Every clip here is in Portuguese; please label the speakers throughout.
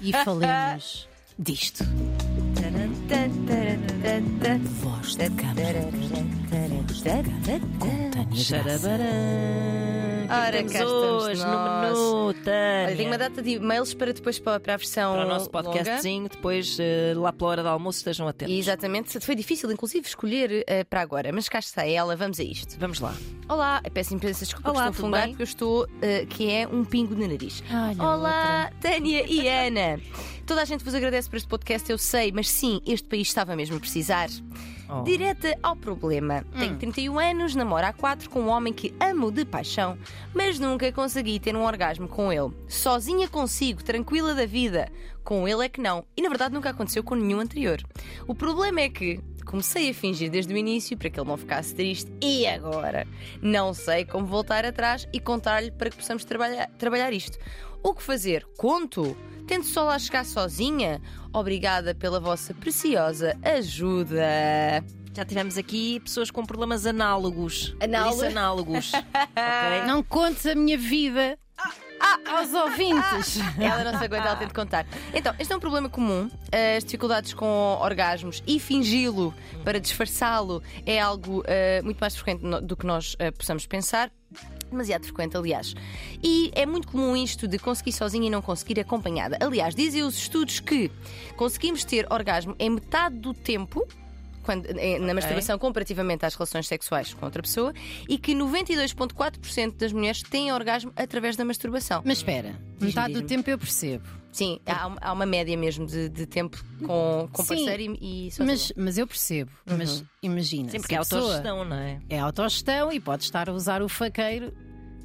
Speaker 1: e falemos disto. Voz de câmara. Com Tânia Graça.
Speaker 2: Ora,
Speaker 3: Ora,
Speaker 2: cá
Speaker 3: cá
Speaker 2: estamos nós.
Speaker 3: hoje no menu, Tânia.
Speaker 2: Olha, tenho uma data de e-mails para depois para, para a versão
Speaker 3: Para o nosso
Speaker 2: longa.
Speaker 3: podcastzinho, depois eh, lá pela hora do almoço estejam atentos.
Speaker 2: E, Exatamente, foi difícil inclusive escolher eh, para agora, mas cá está ela, vamos a isto.
Speaker 3: Vamos lá.
Speaker 2: Olá, eu peço imensa desculpa
Speaker 3: Olá,
Speaker 2: que estou a
Speaker 3: tudo
Speaker 2: fungar
Speaker 3: bem?
Speaker 2: porque eu estou, eh, que é um pingo no nariz.
Speaker 1: Olha,
Speaker 2: Olá, Tânia e Ana. Toda a gente vos agradece por este podcast, eu sei, mas sim, este país estava mesmo a precisar.
Speaker 3: Oh.
Speaker 2: Direta ao problema. Tenho 31 anos, namoro há 4 com um homem que amo de paixão, mas nunca consegui ter um orgasmo com ele. Sozinha consigo, tranquila da vida. Com ele é que não. E na verdade nunca aconteceu com nenhum anterior. O problema é que comecei a fingir desde o início para que ele não ficasse triste e agora não sei como voltar atrás e contar-lhe para que possamos trabalhar, trabalhar isto. O que fazer? Conto? Tento só lá chegar sozinha? Obrigada pela vossa preciosa ajuda.
Speaker 3: Já tivemos aqui pessoas com problemas análogos.
Speaker 2: Análogo.
Speaker 3: Eu disse análogos. ok?
Speaker 1: Não contes a minha vida aos ouvintes.
Speaker 2: Ela não se aguenta, ela tem de contar. Então, este é um problema comum. eh, As dificuldades com orgasmos e fingi-lo para disfarçá-lo é algo eh, muito mais frequente no- do que nós eh, possamos pensar. Demasiado frequente, aliás. E é muito comum isto de conseguir sozinha e não conseguir acompanhada. Aliás, dizem os estudos que conseguimos ter orgasmo em metade do tempo. Quando, eh, na masturbação comparativamente às relações sexuais com outra pessoa e que 92,4% das mulheres têm orgasmo através da masturbação.
Speaker 1: Mas espera, metade do
Speaker 2: diz-me.
Speaker 1: tempo eu percebo.
Speaker 3: Tá
Speaker 2: Sim, há, há uma média mesmo de, de tempo com, com
Speaker 1: É. Sim,
Speaker 2: parceiro e, e sozinha.
Speaker 1: Mas, mas eu percebo. Mas imagina.
Speaker 3: Uhum. Sim, porque
Speaker 1: se
Speaker 3: é
Speaker 1: a pessoa
Speaker 3: autogestão, não é?
Speaker 1: É autogestão e pode estar a usar o faqueiro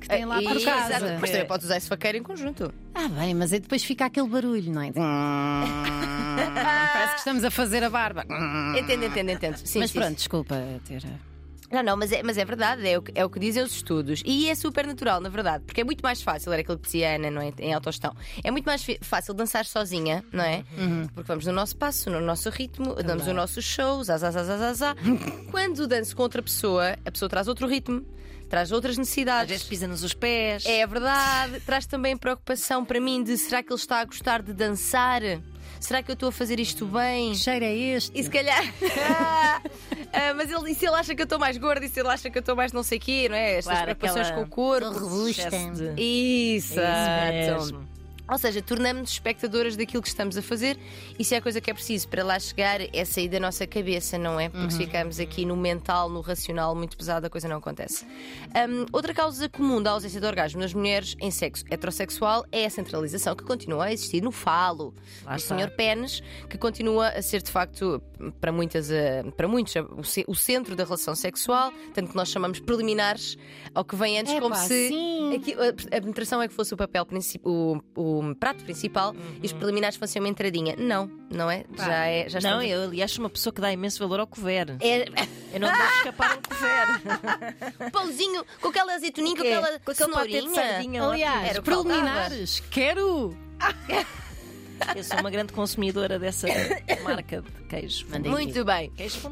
Speaker 1: que tem lá
Speaker 2: É, E-
Speaker 1: por
Speaker 2: Exato, é.
Speaker 1: casa.
Speaker 2: mas também podes usar esse faqueiro em conjunto.
Speaker 1: Ah, bem, mas aí depois fica aquele barulho, não é? Parece que estamos a fazer a barba.
Speaker 2: Entendo, entendo, entendo. Sim,
Speaker 1: mas
Speaker 2: sim,
Speaker 1: pronto, desculpa ter.
Speaker 2: Não, não, mas é, mas é verdade, é o, que- é o que dizem os estudos. E é super natural, na verdade, porque é muito mais fácil, era aquilo que dizia a Ana, não é? Em autogestão. É muito mais fi- fácil dançar sozinha, não é? Porque vamos no nosso passo, no nosso ritmo,
Speaker 1: Tá
Speaker 2: damos o nosso show, zazazazazazá. Quando danço com outra pessoa, a pessoa traz outro ritmo, traz outras
Speaker 3: Às
Speaker 2: necessidades.
Speaker 3: vezes pisa-nos os pés.
Speaker 2: É verdade. Traz também preocupação para mim de será que ele está a gostar de dançar? Será que eu estou a fazer isto bem?
Speaker 1: Que cheiro é este?
Speaker 2: E se calhar. Ah, mas ele, e se ele acha que eu estou mais gorda? E se ele acha que eu estou mais não sei o quê, não é? Estas
Speaker 3: Claro,
Speaker 2: preocupações
Speaker 3: aquela-
Speaker 2: com o corpo.
Speaker 1: Robusta.
Speaker 3: Excesso de- É isso
Speaker 2: Exato.
Speaker 3: mesmo.
Speaker 2: Ou seja, tornamos-nos espectadoras daquilo que estamos a fazer e se há coisa que é preciso para lá chegar é sair da nossa cabeça, não é? Porque
Speaker 3: Uhum.
Speaker 2: se ficarmos aqui no mental, no racional muito pesado, a coisa não acontece. Hum, outra causa comum da ausência de orgasmo nas mulheres em sexo heterossexual é a centralização que continua a existir no falo
Speaker 3: Lá
Speaker 2: do
Speaker 3: está.
Speaker 2: senhor pênis, que continua a ser de facto, para, muitas, eh, para muitos, eh, o ce- o centro da relação sexual, tanto que nós chamamos preliminares ao que vem antes,
Speaker 1: Epá,
Speaker 2: como se
Speaker 1: sim.
Speaker 2: aqui- a a penetração é que fosse o papel princi- o, o prato principal e
Speaker 3: Uhum.
Speaker 2: os preliminares fossem uma entradinha. Não, não é? Já é. Já
Speaker 3: Não,
Speaker 2: estamos-
Speaker 3: eu aliás sou uma pessoa que dá imenso valor ao cover.
Speaker 2: É
Speaker 3: Eu não deixo escapar um cover.
Speaker 2: pãozinho com aquela azeitoninha, com aquela
Speaker 3: Com aquele patê de
Speaker 2: cenourinha.
Speaker 3: sardinha lá.
Speaker 1: Aliás,
Speaker 2: Era o que faltava.
Speaker 1: preliminares, quero!
Speaker 3: Eu sou uma grande consumidora dessa marca de queijo.
Speaker 1: Mandei.
Speaker 2: Muito bem.
Speaker 3: Queijo fundido.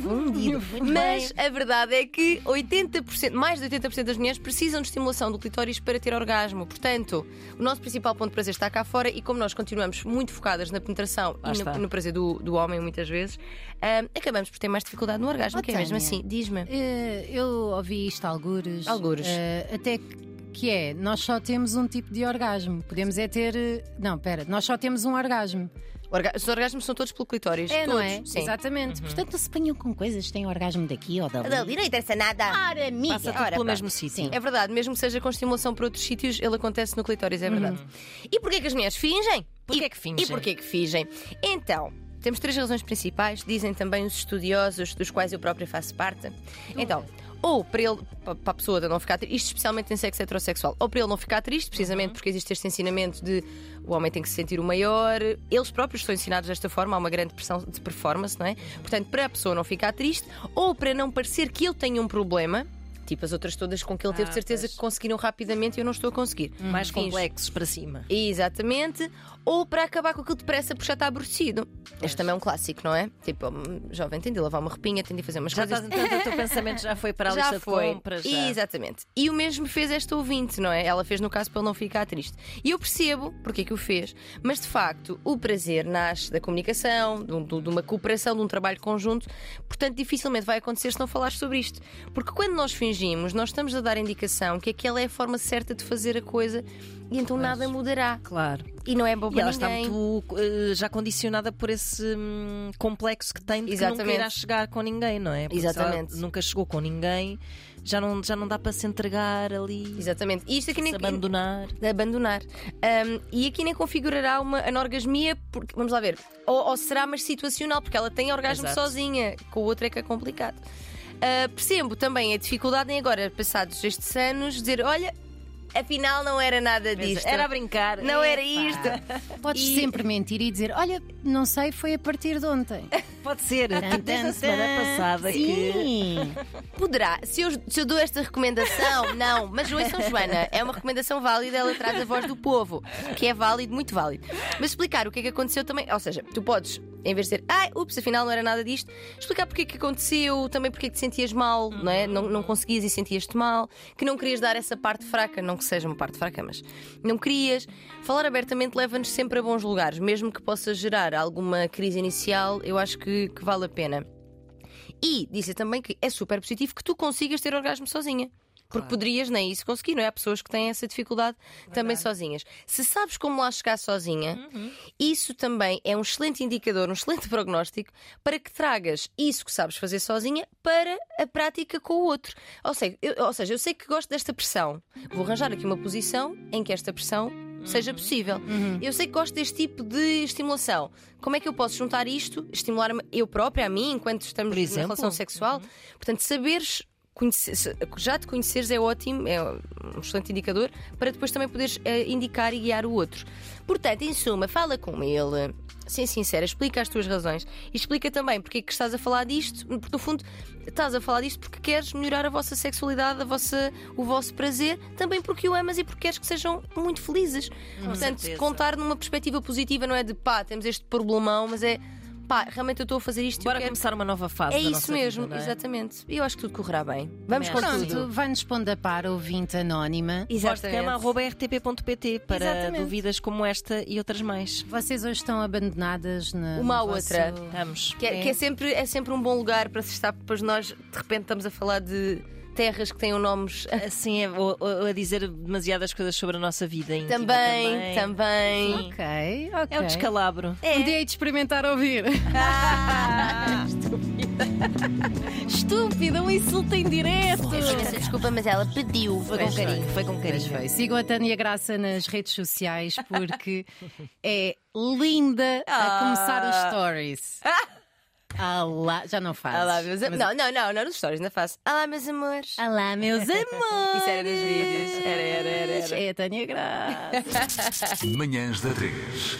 Speaker 2: Fundido.
Speaker 3: Muito
Speaker 2: Mas a verdade é que 80%, mais de 80% das mulheres precisam de estimulação do clitóris para ter orgasmo. Portanto, o nosso principal ponto de prazer está cá fora e como nós continuamos muito focadas na penetração
Speaker 3: Lá
Speaker 2: e
Speaker 3: está.
Speaker 2: no, no prazer do, do homem muitas vezes, ahm, acabamos por ter mais dificuldade no orgasmo,
Speaker 1: Oh,
Speaker 2: que é mesmo
Speaker 1: Tânia.
Speaker 2: assim. Diz-me.
Speaker 1: Eh, eu ouvi isto algures.
Speaker 2: Algures.
Speaker 1: Eh, até que que é, nós só temos um tipo de orgasmo. Podemos é ter. eh, Não, pera, nós só temos um orgasmo.
Speaker 2: Orga- Os orgasmos são todos pelo clitóris.
Speaker 1: É, não
Speaker 2: todos.
Speaker 1: é?
Speaker 2: Sim.
Speaker 1: Exatamente. Portanto, não se apanham com coisas, têm orgasmo daqui ou dali.
Speaker 2: não interessa nada.
Speaker 1: Ora, amiga.
Speaker 3: Passa tudo
Speaker 1: Ora,
Speaker 3: pelo
Speaker 1: pá.
Speaker 3: mesmo sítio.
Speaker 1: Sim.
Speaker 2: É verdade, mesmo que seja com estimulação para outros sítios, ele acontece no clitóris, é verdade. E porquê que as mulheres fingem?
Speaker 3: Uhum. Porquê
Speaker 2: E-
Speaker 3: que fingem?
Speaker 2: E porquê que fingem? Então, temos três razões principais, dizem também os estudiosos, dos quais eu própria faço parte. Então, ou para, ele, pa- para a pessoa de não ficar triste, isto especialmente em sexo heterossexual, ou para ele não ficar triste,
Speaker 3: Uhum.
Speaker 2: precisamente porque existe este ensinamento de o homem tem que se sentir o maior, eles próprios são ensinados desta forma, há uma grande pressão de performance, não é? Portanto, para a pessoa não ficar triste, ou para não parecer que eu tenho um problema. Tipo as outras todas com que ele teve
Speaker 3: Ah,
Speaker 2: certeza
Speaker 3: pois. Hum,
Speaker 2: que conseguiram rapidamente e eu não estou a conseguir.
Speaker 3: Mais
Speaker 2: Fins.
Speaker 3: complexos para cima.
Speaker 2: Exatamente. Ou para acabar com aquilo depressa porque já está aborrecido. Este também é um clássico, não é? Tipo, hum, jovem, tem de lavar uma roupinha, tem de fazer umas
Speaker 3: Já
Speaker 2: coisas.
Speaker 3: estás entrando, o teu pensamento já foi para a lista de compras. Já.
Speaker 2: Exatamente. E o mesmo fez esta ouvinte, não é? Ela fez no caso para ele não ficar triste. E eu percebo porque é que o fez, mas de facto o prazer nasce da comunicação, de, um- de uma cooperação, de um trabalho conjunto, portanto dificilmente vai acontecer se não falares sobre isto. Porque quando nós fingimos, nós estamos a dar indicação que aquela é a forma certa de fazer a coisa e então nada mudará.
Speaker 3: Claro.
Speaker 2: E não é
Speaker 3: E
Speaker 2: boba
Speaker 3: ela está
Speaker 2: ninguém.
Speaker 3: muito eh, já condicionada por esse hum, complexo que tem de que nunca
Speaker 2: Exatamente.
Speaker 3: irá chegar com ninguém, não é? Porque se
Speaker 2: Exatamente.
Speaker 3: ela nunca chegou com ninguém, já não, já não dá para se entregar ali,
Speaker 2: Exatamente. E isto aqui
Speaker 3: se
Speaker 2: nem,
Speaker 3: abandonar.
Speaker 2: de abandonar. Ahm, e aqui nem configurará uma anorgasmia, porque, vamos lá ver, ou, ou será mais situacional, porque ela tem orgasmo
Speaker 3: Exato.
Speaker 2: sozinha, com o outro é que é complicado. Ah, percebo também a dificuldade em agora, passados estes anos, dizer: olha, afinal não era nada disto.
Speaker 3: é, Era a brincar.
Speaker 2: Não era
Speaker 3: Epá.
Speaker 2: isto.
Speaker 1: Podes
Speaker 2: E-
Speaker 1: sempre mentir e dizer: Olha, não sei, foi a partir de ontem.
Speaker 3: Pode ser.
Speaker 1: Tan,
Speaker 3: Tipo, desde
Speaker 1: tan,
Speaker 3: a semana
Speaker 1: tan.
Speaker 3: passada que.
Speaker 1: Sim.
Speaker 2: Poderá, se eu, se eu dou esta recomendação, não, mas ouçam Joana, é uma recomendação válida, ela traz a voz do povo, que é válido, muito válido. Mas explicar o que é que aconteceu também, ou seja, tu podes, em vez de dizer, ai, ups, afinal não era nada disto, explicar porque é que aconteceu, também porque é que te sentias mal, não é? Não, não conseguias e sentias-te mal, que não querias dar essa parte fraca, não que seja uma parte fraca, mas não querias. Falar abertamente leva-nos sempre a bons lugares, mesmo que possa gerar alguma crise inicial, eu acho que- que vale a pena. E disse também que é super positivo que tu consigas ter orgasmo sozinha. Porque poderias nem isso conseguir, não é? Há pessoas que têm essa dificuldade também sozinhas. Se sabes como lá chegar sozinha, isso também é um excelente indicador, um excelente prognóstico para que tragas isso que sabes fazer sozinha para a prática com o outro. Ou seja, eu, ou seja, eu sei que gosto desta pressão. Vou arranjar aqui uma posição em que esta pressão seja
Speaker 3: Uhum.
Speaker 2: possível. Eu sei que gosto deste tipo de estimulação. Como é que eu posso juntar isto, estimular-me eu própria, a mim, enquanto estamos
Speaker 3: Por
Speaker 2: numa
Speaker 3: exemplo?
Speaker 2: relação sexual?
Speaker 3: Uhum.
Speaker 2: Portanto, saberes. conhecer- se- já te conheceres é ótimo, é um excelente indicador para depois também poderes eh, indicar e guiar o outro. Portanto, em suma, fala com ele, ser sincera, explica as tuas razões e explica também porque é que estás a falar disto, porque no fundo estás a falar disto porque queres melhorar a vossa sexualidade, a vossa, o vosso prazer, também porque o amas e porque queres que sejam muito felizes. Portanto,
Speaker 3: certeza.
Speaker 2: contar numa perspectiva positiva não é de pá, temos este problemão, mas é pá, realmente eu estou a fazer isto e eu
Speaker 3: Bora
Speaker 2: quero.
Speaker 3: começar uma nova fase.
Speaker 2: É
Speaker 3: da
Speaker 2: isso
Speaker 3: nossa
Speaker 2: mesmo,
Speaker 3: vida, não é?
Speaker 2: exatamente. E eu acho que tudo correrá bem. Vamos com
Speaker 3: Também acho que
Speaker 2: tudo.
Speaker 1: Pronto, vai-nos pondo a par, ouvinte anónima.
Speaker 3: Vozdecama.rtp.pt para
Speaker 2: Exatamente.
Speaker 3: dúvidas como esta e outras mais.
Speaker 1: Vocês hoje estão abandonadas na.
Speaker 2: Uma à
Speaker 1: no vosso-
Speaker 2: outra.
Speaker 3: Vamos.
Speaker 2: Que é, que é sempre, é sempre um bom lugar para se estar, pois nós de repente estamos a falar de terras que tenham nomes.
Speaker 3: Assim, é, ou, ou a dizer demasiadas coisas sobre a nossa vida. íntima
Speaker 2: Também, também.
Speaker 1: Ok, ok.
Speaker 3: É o descalabro.
Speaker 1: Um dia hei de experimentar ouvir.
Speaker 3: Ah! Estúpida, um insulto em direto.
Speaker 2: Essa desculpa, mas ela pediu. Foi
Speaker 3: Com carinho, foi com
Speaker 1: Mas
Speaker 3: carinho.
Speaker 2: É.
Speaker 1: foi. Sigam a Tânia Graça nas redes sociais porque é linda
Speaker 2: Ah.
Speaker 1: a começar os stories. Ah lá, já não faz.
Speaker 2: Olá, meus amores. Não, não, não, não, nos stories, na face. Olá, meus amores.
Speaker 1: Olá, meus amores.
Speaker 2: Isso é era dos vídeos. Era, era, era. era.
Speaker 1: É a Tânia Graça.
Speaker 4: Manhãs da 3.